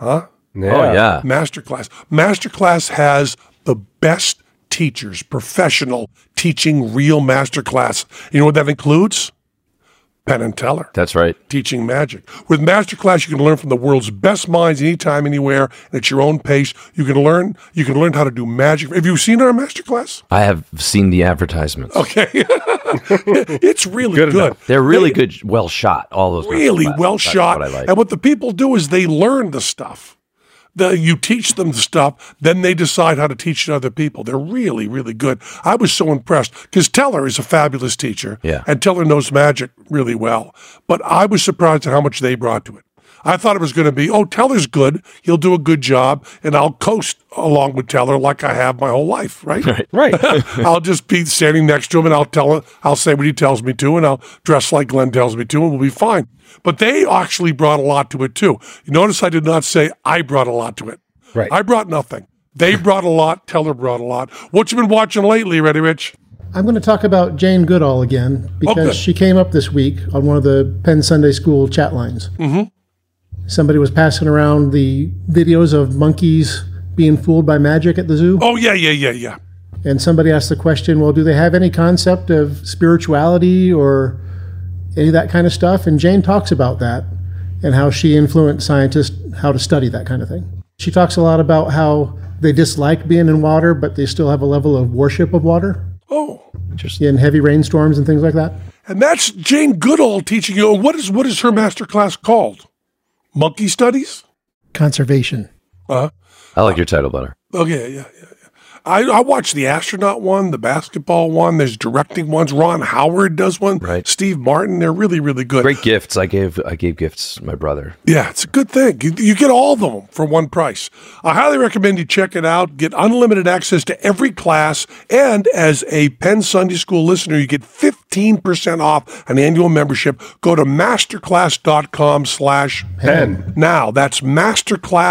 S1: Oh yeah.
S2: Masterclass. Masterclass has the best teachers, professional teaching real masterclass. You know what that includes? Penn and Teller
S1: That's right.
S2: teaching magic. With Masterclass, you can learn from the world's best minds anytime, anywhere, and at your own pace. You can learn. You can learn how to do magic. Have you seen our Masterclass?
S1: I have seen the advertisements.
S2: Okay, it's really
S5: Good
S2: good.
S5: enough.
S1: They're really good, well shot. All those
S2: Really
S1: masterclasses.
S2: well
S1: That's
S2: shot.
S1: What I like.
S2: And what the people do is they learn the stuff. The, you teach them the stuff, then they decide how to teach it to other people. They're really, really good. I was so impressed because Teller is a fabulous teacher.
S1: Yeah.
S2: And Teller knows magic really well. But I was surprised at how much they brought to it. I thought it was going to be, oh, Teller's good. He'll do a good job, and I'll coast along with Teller like I have my whole life, right? Right.
S5: Right.
S2: I'll just be standing next to him and I'll tell him, I'll say what he tells me to, and I'll dress like Glenn tells me to, and we'll be fine. But they actually brought a lot to it too. You notice I did not say I brought a lot to it.
S5: Right.
S2: I brought nothing. They brought a lot. Teller brought a lot. What you been watching lately, Ready Rich?
S6: I'm going to talk about Jane Goodall again because
S2: good.
S6: she came up this week on one of the Penn Sunday School chat lines. Mm-hmm. Somebody was passing around the videos of monkeys being fooled by magic at the zoo.
S2: Oh yeah, yeah, yeah, yeah.
S6: And somebody asked the question, well, do they have any concept of spirituality or any of that kind of stuff? And Jane talks about that and how she influenced scientists how to study that kind of thing. She talks a lot about how they dislike being in water, but they still have a level of worship of water
S2: Oh,
S6: in heavy rainstorms and things like that.
S2: and that's Jane Goodall teaching you. What is what is her master class called? Monkey studies.
S6: Conservation.
S1: I like your title better.
S2: Okay, yeah, yeah, yeah. I, I watched the astronaut one, the basketball one. There's directing ones. Ron Howard does one.
S1: Right.
S2: Steve Martin. They're really, really good.
S1: Great gifts. I gave I gave gifts to my brother.
S2: Yeah, it's a good thing. You, you get all of them for one price. I highly recommend you check it out. Get unlimited access to every class. And as a Penn Sunday School listener, you get 15% off an annual membership. Go to masterclass.com slash
S5: Ben.
S2: now. That's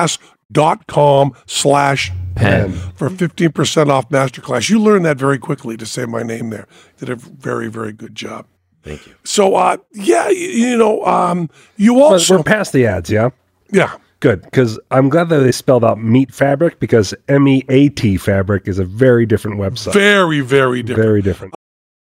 S2: masterclass.com slash
S1: Pen.
S2: for 15% off masterclass. You learned that very quickly to say my name there. Did a very, very good job.
S1: Thank you.
S2: So, uh, yeah, you, you know, um, you
S5: But
S2: also,
S5: we're past the ads, yeah?
S2: yeah.
S5: Good, because I'm glad that they spelled out meat fabric because M E A T fabric is a very different website.
S2: Very, very different.
S5: Very different.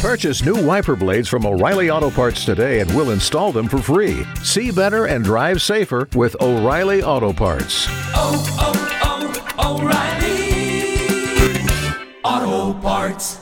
S7: Purchase new wiper blades from O'Reilly Auto Parts today and we'll install them for free. See better and drive safer with O'Reilly Auto Parts.
S8: Oh, oh, oh, O'Reilly. Auto parts.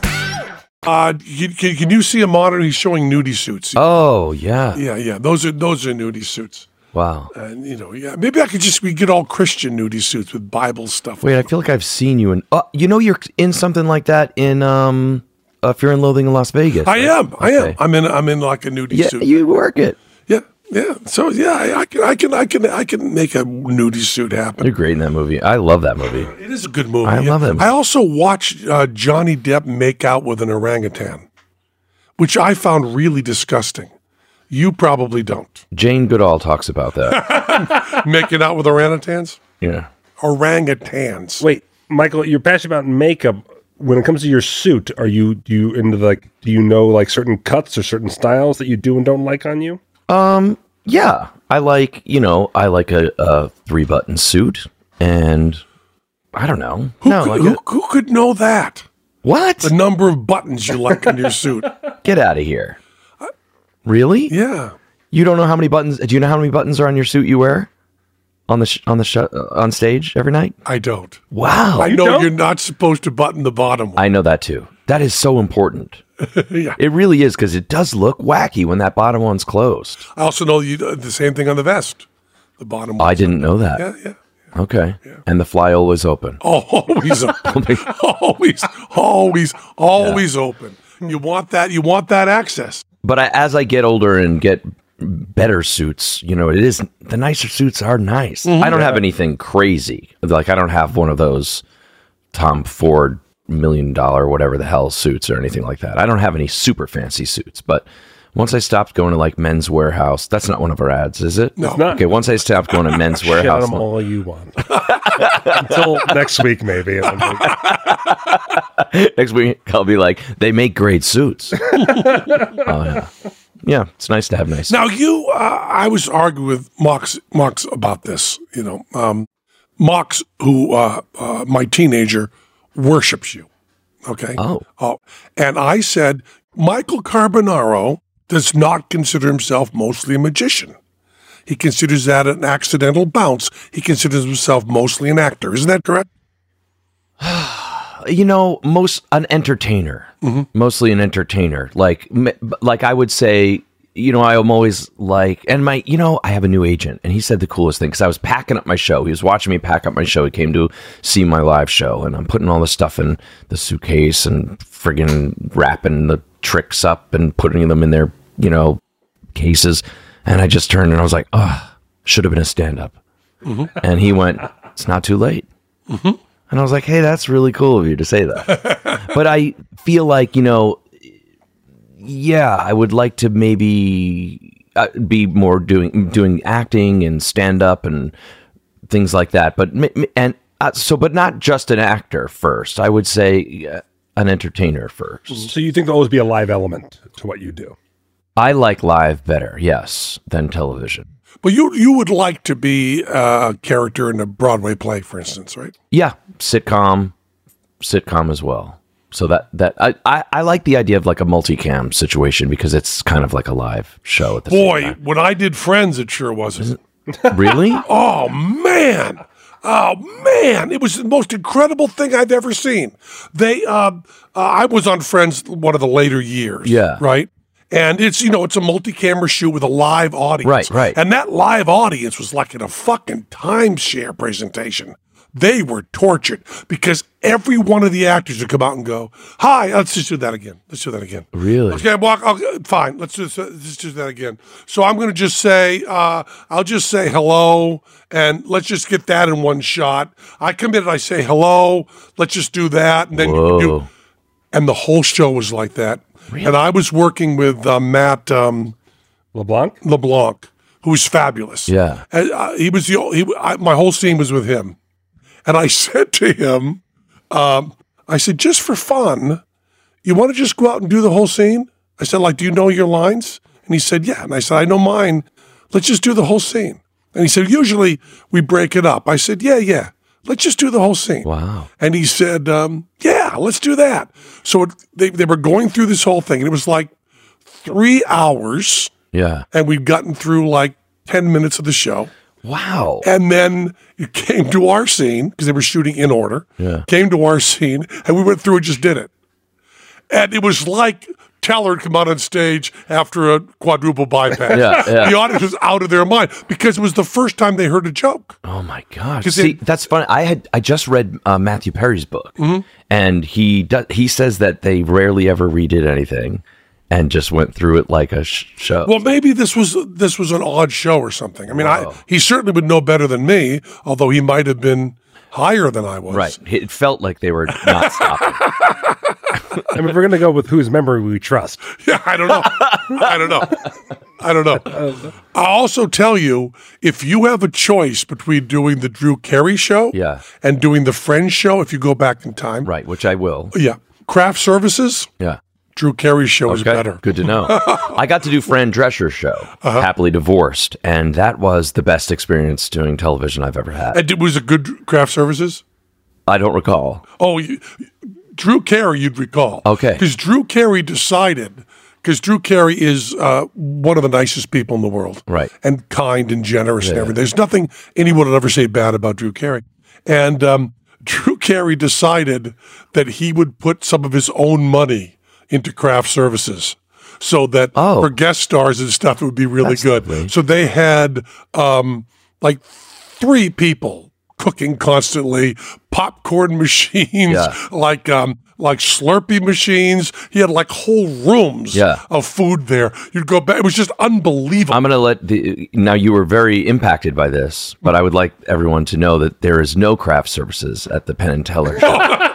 S2: Uh, you, can, can you see a monitor? He's showing nudie suits.
S1: Oh yeah.
S2: Yeah, yeah. Those are those are nudie suits.
S1: Wow.
S2: And you know, yeah, maybe I could just we get all Christian nudie suits with Bible stuff.
S1: Wait, I feel like I've seen you in. Uh, you know, you're in something like that in um, uh, Fear and Loathing in Las Vegas.
S2: I
S1: right?
S2: am. I am.
S1: Okay.
S2: I'm in. I'm in like a nudie
S1: Yeah,
S2: suit.
S1: you work it.
S2: yeah, yeah. So yeah, I, I can. I can. I can. I can make a nudie suit happen.
S1: You're great in that movie. I love that movie.
S2: It is a good movie.
S1: I love it.
S2: I also watched uh, Johnny Depp make out with an orangutan, which I found really disgusting. You probably don't
S1: Jane Goodall talks about that.
S2: making out with orangutans.
S1: yeah.
S2: Orangutans.
S5: Wait, Michael, you're passionate about makeup. When it comes to your suit, are you do you into like do you know like certain cuts or certain styles that you do and don't like on you?
S1: Yeah, I like you know I like a, a three button suit and I don't know.
S2: Who,
S1: no,
S2: could,
S1: like
S2: who,
S1: a-
S2: who could know that?
S1: what?
S2: The number of buttons you like in your suit.
S1: Get out of here. Really?
S2: Yeah.
S1: You don't know how many buttons? Do you know how many buttons are on your suit you wear on the sh- on the sh- uh, on stage every night?
S2: I don't.
S1: Wow,
S2: I
S1: I,
S2: know
S5: don't?
S2: you're not supposed to button the bottom one.
S1: know that too. That is so important.
S2: yeah.
S1: It really is because it does look wacky when that bottom one's closed.
S2: I also know you the same thing on the vest. The bottom one.
S1: I didn't know that.
S2: Yeah, yeah.
S1: Okay, and the flyola is open.
S2: Oh, always open. always, always, always open. You want that you want that access.
S1: But I, as I get older and get better suits, you know, it is the nicer suits are nice. I don't have anything crazy. Like I don't have one of those Tom Ford million dollar whatever the hell suits or anything like that. I don't have any super fancy suits, but once I stopped going to like Men's Warehouse, that's not one of our ads, is it? No.
S5: not.
S1: Okay, once I stopped going to Men's
S5: Shit on
S1: Warehouse,
S5: them all you want until next week maybe. And I'm like,
S1: next week I'll be like, they make great suits. oh yeah. Yeah, it's nice to have nice.
S2: Now you uh, I was arguing with Mox Mox about this, you know. Um Mox who uh, uh my teenager worships you. Okay?
S1: Oh.
S2: Oh, and I said, Michael Carbonaro does not consider himself mostly a magician. He considers that an accidental bounce. He considers himself mostly an actor. Isn't that correct?
S1: you know most an entertainer mostly an entertainer like m- like i would say you know i'm always like and my you know i have a new agent and he said the coolest thing because i was packing up my show he was watching me pack up my show he came to see my live show and i'm putting all this stuff in the suitcase and friggin wrapping the tricks up and putting them in their you know cases and i just turned and i was like oh should have been a stand-up and he went it's not too late and I was like, hey, that's really cool of you to say that. but I feel like, you know, yeah, I would like to maybe uh, be more doing doing acting and stand up and things like that. But m- m- and uh, so, but not just an actor first. I would say uh, an entertainer first.
S5: so you think there'll always be a live element to what you do?
S1: I like live better, yes, than television.
S2: But you you would like to be a character in a Broadway play, for instance, right?
S1: Yeah, sitcom, sitcom as well. So that that I, I, I like the idea of like a multicam situation because it's kind of like a live show at the same
S2: Boy, when I did Friends, it sure wasn't.
S1: time. Really?
S2: Oh man. Oh man, it was the most incredible thing I've ever seen. They uh, uh I was on Friends one of the later years.
S1: Yeah.
S2: Right? And it's you know, it's a multi camera shoot with a live audience.
S1: Right, right.
S2: And that live audience was like in a fucking timeshare presentation. They were tortured because every one of the actors would come out and go, Hi, let's just do that again. Let's do that again.
S1: Really?
S2: Okay, walk. Okay, fine. Let's just uh, let's do that again. So I'm going to just say, uh, I'll just say hello, and let's just get that in one shot. I committed. I say hello. Let's just do that, and then you can do.
S1: Whoa.
S2: And the whole show was like that. And I was working with uh, Matt um,
S5: LeBlanc?
S2: LeBlanc, who was fabulous.
S1: Yeah.
S2: And, uh, he was the o- he. I, my whole scene was with him, and I said to him, um, I said, just for fun, you want to just go out and do the whole scene? I said, like, do you know your lines? And he said, yeah. And I said, I know mine. Let's just do the whole scene. And he said, usually we break it up. I said, yeah, yeah. Let's just do the whole scene.
S1: Wow.
S2: And he said, um, yeah, let's do that. So it, they, they were going through this whole thing, and it was like three hours,
S1: Yeah.
S2: and we'd gotten through like 10 minutes of the show.
S1: Wow.
S2: And then it came to our scene because they were shooting in order.
S1: Yeah.
S2: Came to our scene and we went through and just did it. and it was like Teller come out on stage after a quadruple bypass.
S1: Yeah, yeah.
S2: The audience was out of their mind because it was the first time they heard a joke.
S1: Oh my gosh!
S2: 'Cause
S1: See,
S2: it-
S1: that's funny. I had I just read uh, Matthew Perry's book,
S2: Mm-hmm.
S1: and he does, he says that they rarely ever redid anything, and just went through it like a sh- show.
S2: Well, maybe this was this was an odd show or something. I mean, I he certainly would know better than me, although he might have been higher than I was.
S1: right? It felt like they were not stopping.
S5: I mean, if we're going to go with whose memory we trust.
S2: Yeah, I don't know. I don't know. I don't know. I'll also tell you if you have a choice between doing the Drew Carey show
S1: Yeah.
S2: and doing the Friends show, if you go back in time,
S1: right, which I will.
S2: yeah, craft services,
S1: Yeah.
S2: Drew Carey show is
S1: Okay,
S2: better. Uh-huh.
S1: Good to know. I got to do Fran Drescher's show, Happily Divorced, and that was the best experience doing television I've ever had.
S2: And it was a good craft services.
S1: I don't recall.
S2: Oh, you, Drew Carey, you'd recall.
S1: Okay.
S2: Because Drew Carey decided, because Drew Carey is uh, one of the nicest people in the world.
S1: Right.
S2: And kind and generous and everything. There's nothing anyone would ever say bad about Drew Carey. And um, Drew Carey decided that he would put some of his own money into craft services. So that
S1: Oh.
S2: for guest stars and stuff, it would be really good. So they had um, like three people cooking constantly, popcorn machines,
S1: Yeah.
S2: like um, like Slurpee machines. He had like whole rooms
S1: Yeah. Um,
S2: of food there. You'd go back; it was just unbelievable.
S1: I'm going to let the. Now, you were very impacted by this, but I would like everyone to know that there is no craft services at the Penn and Teller show.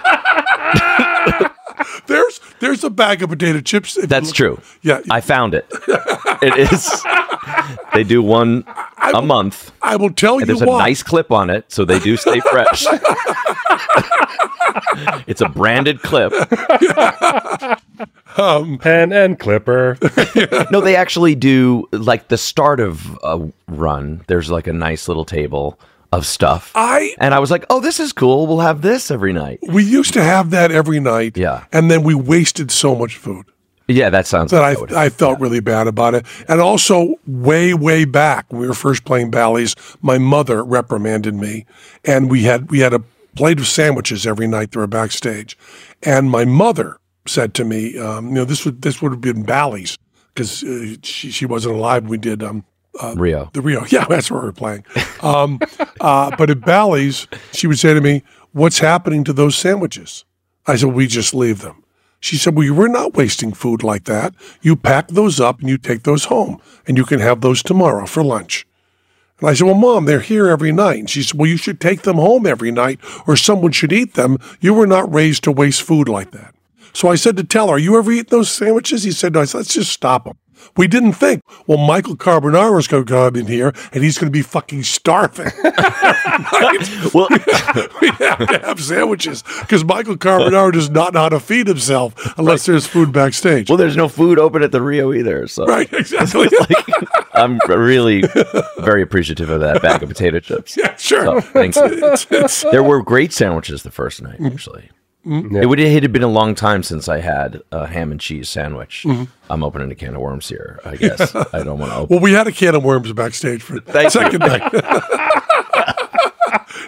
S2: there's there's a bag of potato chips. If you
S1: That's
S2: look-
S1: true.
S2: Yeah,
S1: I
S2: I,
S1: found it. It is. They do one a month.
S2: will tell
S1: And
S2: you
S1: there's a
S2: why.
S1: nice clip on it, so they do stay fresh. it's a branded clip.
S5: Pen and Clipper.
S1: No, they actually do like the start of a run. There's like a nice little table of stuff.
S2: I
S1: and I was like, "Oh, this is cool. We'll have this every night."
S2: we used to have that every night.
S1: Yeah.
S2: and then we wasted so much food.
S1: Yeah, that sounds.
S2: that
S1: like
S2: I, I felt really bad about it. And also, way, way back, when we were first playing Bally's, my mother reprimanded me, and we had we had a plate of sandwiches every night that were backstage. And my mother said to me, um, you know, this would this would have been Bally's because uh, she, she wasn't alive. when We did um,
S1: Rio.
S2: the Rio. Yeah, that's where we were playing. Um, uh, but at Bally's, she would say to me, What's happening to those sandwiches? I said, We just leave them. She said, Well, you were not wasting food like that. You pack those up and you take those home, and you can have those tomorrow for lunch. And I said, Well, mom, they're here every night. And she said, Well, you should take them home every night, or someone should eat them. You were not raised to waste food like that. So I said to Teller, Are you ever eat those sandwiches? He said, No. I said, Let's just stop them. We didn't think, well, Michael Carbonaro is going to come in here and he's going to be fucking starving.
S1: Well,
S2: we have to have sandwiches because Michael Carbonaro does not know how to feed himself unless there's food backstage.
S1: well, there's no food open at the Rio either, so
S2: right, exactly.
S1: I'm really very appreciative of that bag of potato chips.
S2: yeah, sure.
S1: So, oh, thanks. there were great sandwiches the first night,
S2: Mm-hmm.
S1: actually. It would it had been a long time since I had a ham and cheese sandwich. I'm opening a can of worms here. I guess I don't want to open.
S2: Mm-hmm. Well, we had a can of worms backstage for
S1: Thank you.
S2: second night.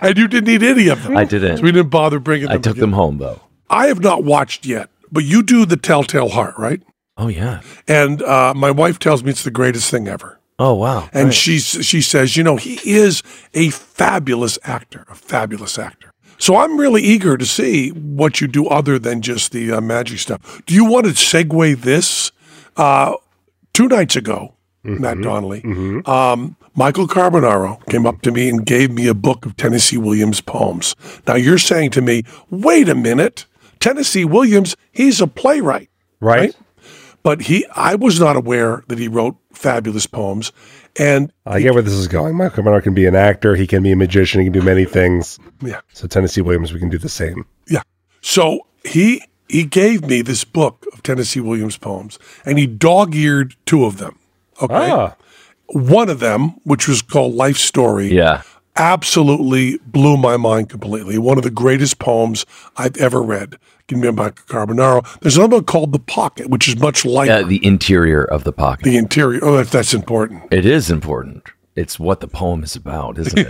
S2: and you didn't eat any of them.
S1: I didn't.
S2: So we didn't bother bringing them.
S1: I took them home though.
S2: I have not watched yet, but you do the Telltale Heart, right?
S1: Oh yeah.
S2: And uh, my wife tells me it's the greatest thing ever.
S1: Oh wow.
S2: And she's she says, you know, he is a fabulous actor, a fabulous actor. So I'm really eager to see what you do other than just the uh, magic stuff. Do you want to segue this? Uh, two nights ago, Matt Donnelly, um, Michael Carbonaro came up to me and gave me a book of Tennessee Williams poems. Now you're saying to me, wait a minute, Tennessee Williams, he's a playwright
S5: Right?
S2: but he I was not aware that he wrote fabulous poems and
S5: I get where this is going. Michael Carbonaro can be an actor. He can be a magician. He can do many things.
S2: Yeah.
S5: So Tennessee Williams, we can do the same.
S2: yeah so he he gave me this book of Tennessee Williams poems and he dog-eared two of them okay
S5: Ah,
S2: one of them which was called life story
S1: yeah.
S2: absolutely blew my mind completely one of the greatest poems I've ever read can be by Carbonaro there's another one called The Pocket which is much lighter
S1: Uh, the interior of the pocket.
S2: the interior oh that, that's important
S1: It is important. It's what the poem is about, isn't it?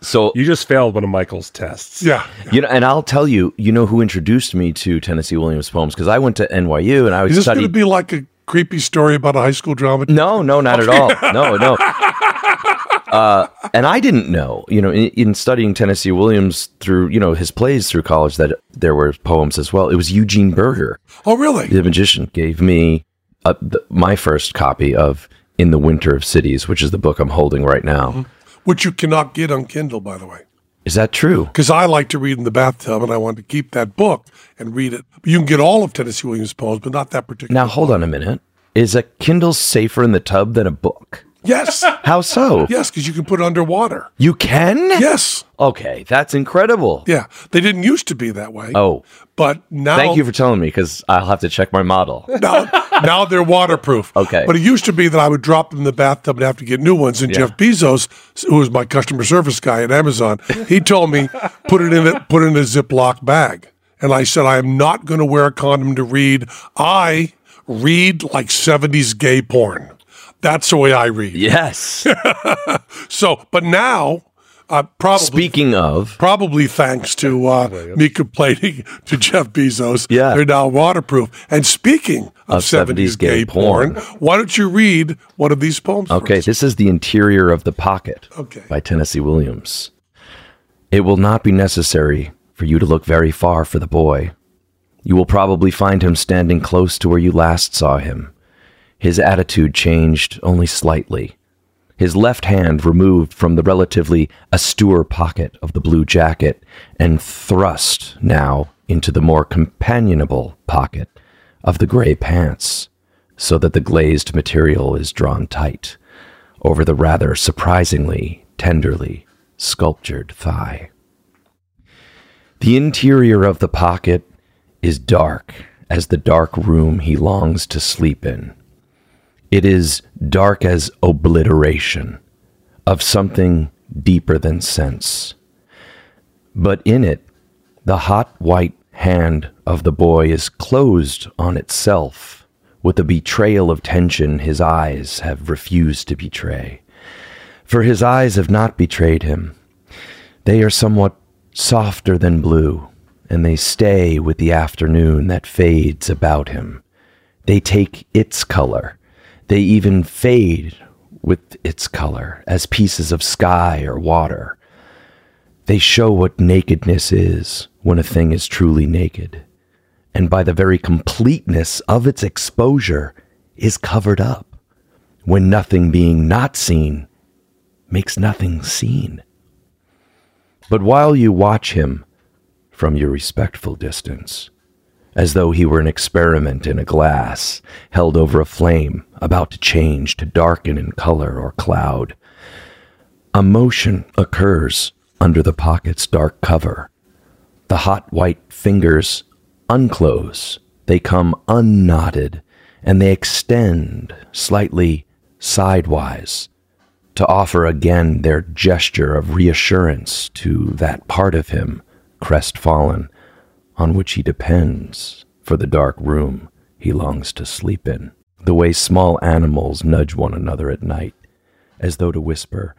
S1: So
S5: You just failed one of Michael's tests.
S2: Yeah.
S1: You know, and I'll tell you, you know who introduced me to Tennessee Williams poems because I went to NYU and I was
S2: Is this going to
S1: studied.
S2: be like a creepy story about a high school drama?
S1: no, no, not at all. No, no. Uh, and I didn't know, you know, in, in studying Tennessee Williams through, you know, his plays through college, that there were poems as well. It was Eugene Berger,
S2: Oh, really?
S1: the magician, gave me uh, th- my first copy of In the Winter of Cities, which is the book I'm holding right now.
S2: Mm-hmm. Which you cannot get on Kindle, by the way.
S1: Is that true?
S2: Because I like to read in the bathtub and I wanted to keep that book and read it. You can get all of Tennessee Williams' poems, but not that particular.
S1: Now, hold on a minute. Is a Kindle safer in the tub than a book?
S2: Yes.
S1: How so?
S2: yes, because you can put it underwater.
S1: You can?
S2: Yes.
S1: Okay, that's incredible.
S2: Yeah. They didn't used to be that way.
S1: Oh,
S2: But now.
S1: thank you for telling me because I'll have to check my model.
S2: now, now they're waterproof.
S1: Okay.
S2: But it used to be that I would drop them in the bathtub and have to get new ones. And Jeff Bezos, who was my customer service guy at Amazon, he told me put it in a, put it in a Ziploc bag. And I said I am not going to wear a condom to read. I read like seventies gay porn. That's the way I read.
S1: Yes.
S2: So, but now, uh, probably
S1: Speaking of,
S2: probably thanks to uh, me complaining to Jeff Bezos.
S1: Yeah.
S2: They're now waterproof. And speaking of,
S1: Of
S2: 70s,
S1: 70s
S2: gay
S1: gay
S2: porn,
S1: porn.
S2: why don't you read one of these poems?
S1: okay,
S2: first?
S1: this is The Interior of the Pocket
S2: Okay.
S1: by Tennessee Williams. It will not be necessary for you to look very far for the boy. You will probably find him standing close to where you last saw him. His attitude changed only slightly. His left hand removed from the relatively austere pocket of the blue jacket and thrust now into the more companionable pocket of the gray pants, so that the glazed material is drawn tight over the rather surprisingly tenderly sculptured thigh. The interior of the pocket is dark as the dark room he longs to sleep in. It is dark as obliteration of something deeper than sense. But in it, the hot white hand of the boy is closed on itself with a betrayal of tension his eyes have refused to betray. For his eyes have not betrayed him. They are somewhat softer than blue, and they stay with the afternoon that fades about him. They take its color. They even fade with its color as pieces of sky or water. They show what nakedness is when a thing is truly naked, and by the very completeness of its exposure is covered up, when nothing being not seen makes nothing seen. But while you watch him from your respectful distance, as though he were an experiment in a glass held over a flame about to change to darken in color or cloud. A motion occurs under the pocket's dark cover. The hot white fingers unclose, they come unknotted, and they extend slightly sidewise to offer again their gesture of reassurance to that part of him crestfallen on which he depends for the dark room he longs to sleep in. The way small animals nudge one another at night, as though to whisper,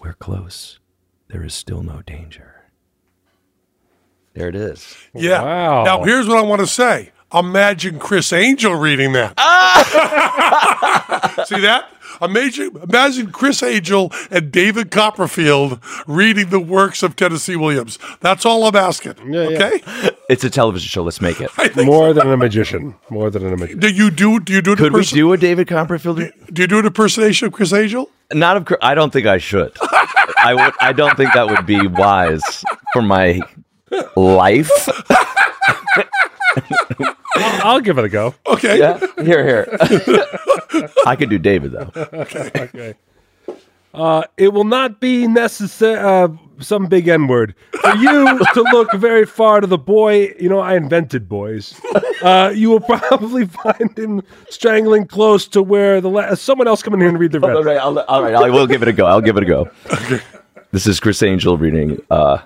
S1: We're close, there is still no danger. There it is.
S2: Yeah.
S5: Wow.
S2: Now, here's what I want to say. Imagine Chris Angel reading that. See that? Imagine, imagine Chris Angel and David Copperfield reading the works of Tennessee Williams. That's all I'm asking. okay?
S1: It's a television show, let's make it.
S5: More than a magician. More than a magician.
S2: Do you do do you do an
S1: Could we
S2: imperson-
S1: do a David Copperfield?
S2: do you do an impersonation of Chris Angel?
S1: Not of. cour- I don't think I should. I would. I don't think that would be wise for my life.
S5: I'll I'll give it a go.
S2: Okay.
S1: Yeah. Here, here. I could do David though.
S5: Uh, It will not be necessary. Uh, some big N word for you to look very far to the boy. You know, I invented boys. Uh, you will probably find him strangling close to where the la- someone else come in here and read the
S1: All
S5: rest.
S1: right. I'll, all right. I will give it a go. I'll give it a go. This is Chris Angel reading uh,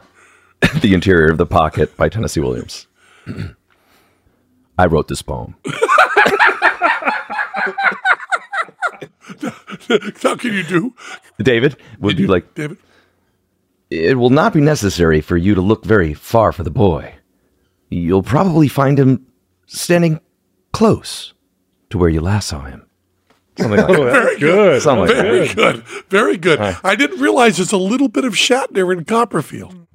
S1: "The Interior of the Pocket" by Tennessee Williams. I wrote this poem.
S2: How can you do,
S1: David would be like
S2: David?
S1: It will not be necessary for you to look very far for the boy. You'll probably find him standing close to where you last saw him. Something like that.
S5: Very good.
S1: Something like that.
S2: Very good. Very good. I didn't realize it's a little bit of Shatner in Copperfield.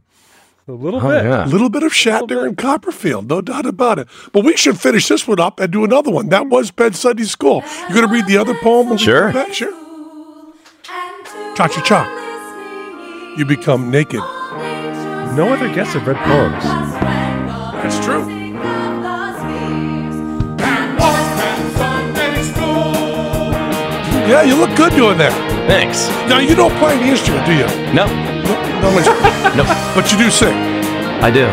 S5: A little
S1: Oh,
S5: bit.
S1: yeah.
S2: A little bit of Shatner and Copperfield, no doubt about it. But we should finish this one up and do another one. That was Penn Sunday School. You going to read the other poem? when we
S1: Sure.
S2: come back? Sure. Cha-cha-cha. You become naked.
S5: No other guests have read poems.
S2: That's true. Yeah, you look good doing that.
S1: Thanks.
S2: Now, you don't play any instrument, do you?
S1: No,
S2: No, no instrument.
S1: no,
S2: but you do sing.
S1: I do.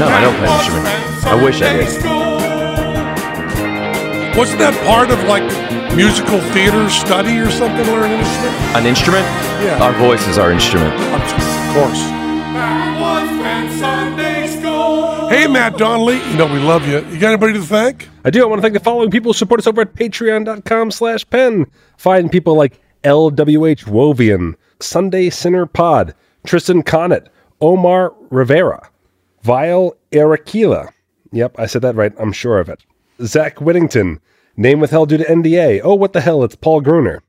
S1: No, I don't play an instrument. I wish I did.
S2: Wasn't that part of like musical theater study or something, learn an instrument?
S1: An instrument?
S2: Yeah.
S1: Our voice is our instrument.
S2: Of course. Hey, Matt Donnelly, you know we love you. You got anybody to thank?
S5: I do. I want to thank the following people who support us over at patreon.com slash pen. Find people like LWH Wovian, Sunday Sinner Pod, Tristan Connett, Omar Rivera, Vile Araquila. Yep, I said that right. I'm sure of it. Zach Whittington, Name Withheld Due to NDA. Oh, what the hell? It's Paul Gruner.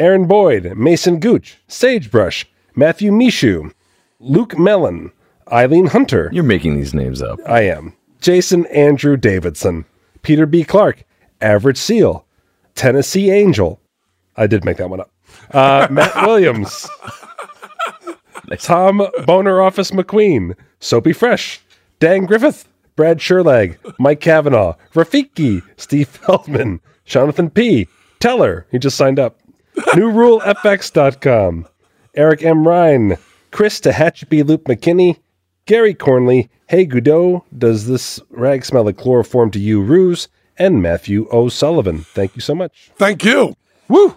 S5: Aaron Boyd, Mason Gooch, Sagebrush, Matthew Mishu, Luke Mellon, Eileen Hunter.
S1: You're making these names up.
S5: I am. Jason Andrew Davidson, Peter B. Clark, Average Seal, Tennessee Angel. I did make that one up. Uh, Matt Williams, Tom Boner Office McQueen, Soapy Fresh, Dan Griffith, Brad Sherlag, Mike Kavanaugh, Rafiki, Steve Feldman, Jonathan P. Teller, he just signed up. NewRuleFX.com, Eric M. Ryan, Chris Tehachapi Luke McKinney, Gary Cornley, Hey Gudeau, Does This Rag Smell Like Chloroform to You, Ruse, and Matthew O'Sullivan. Thank you so much.
S2: Thank you.
S5: Woo!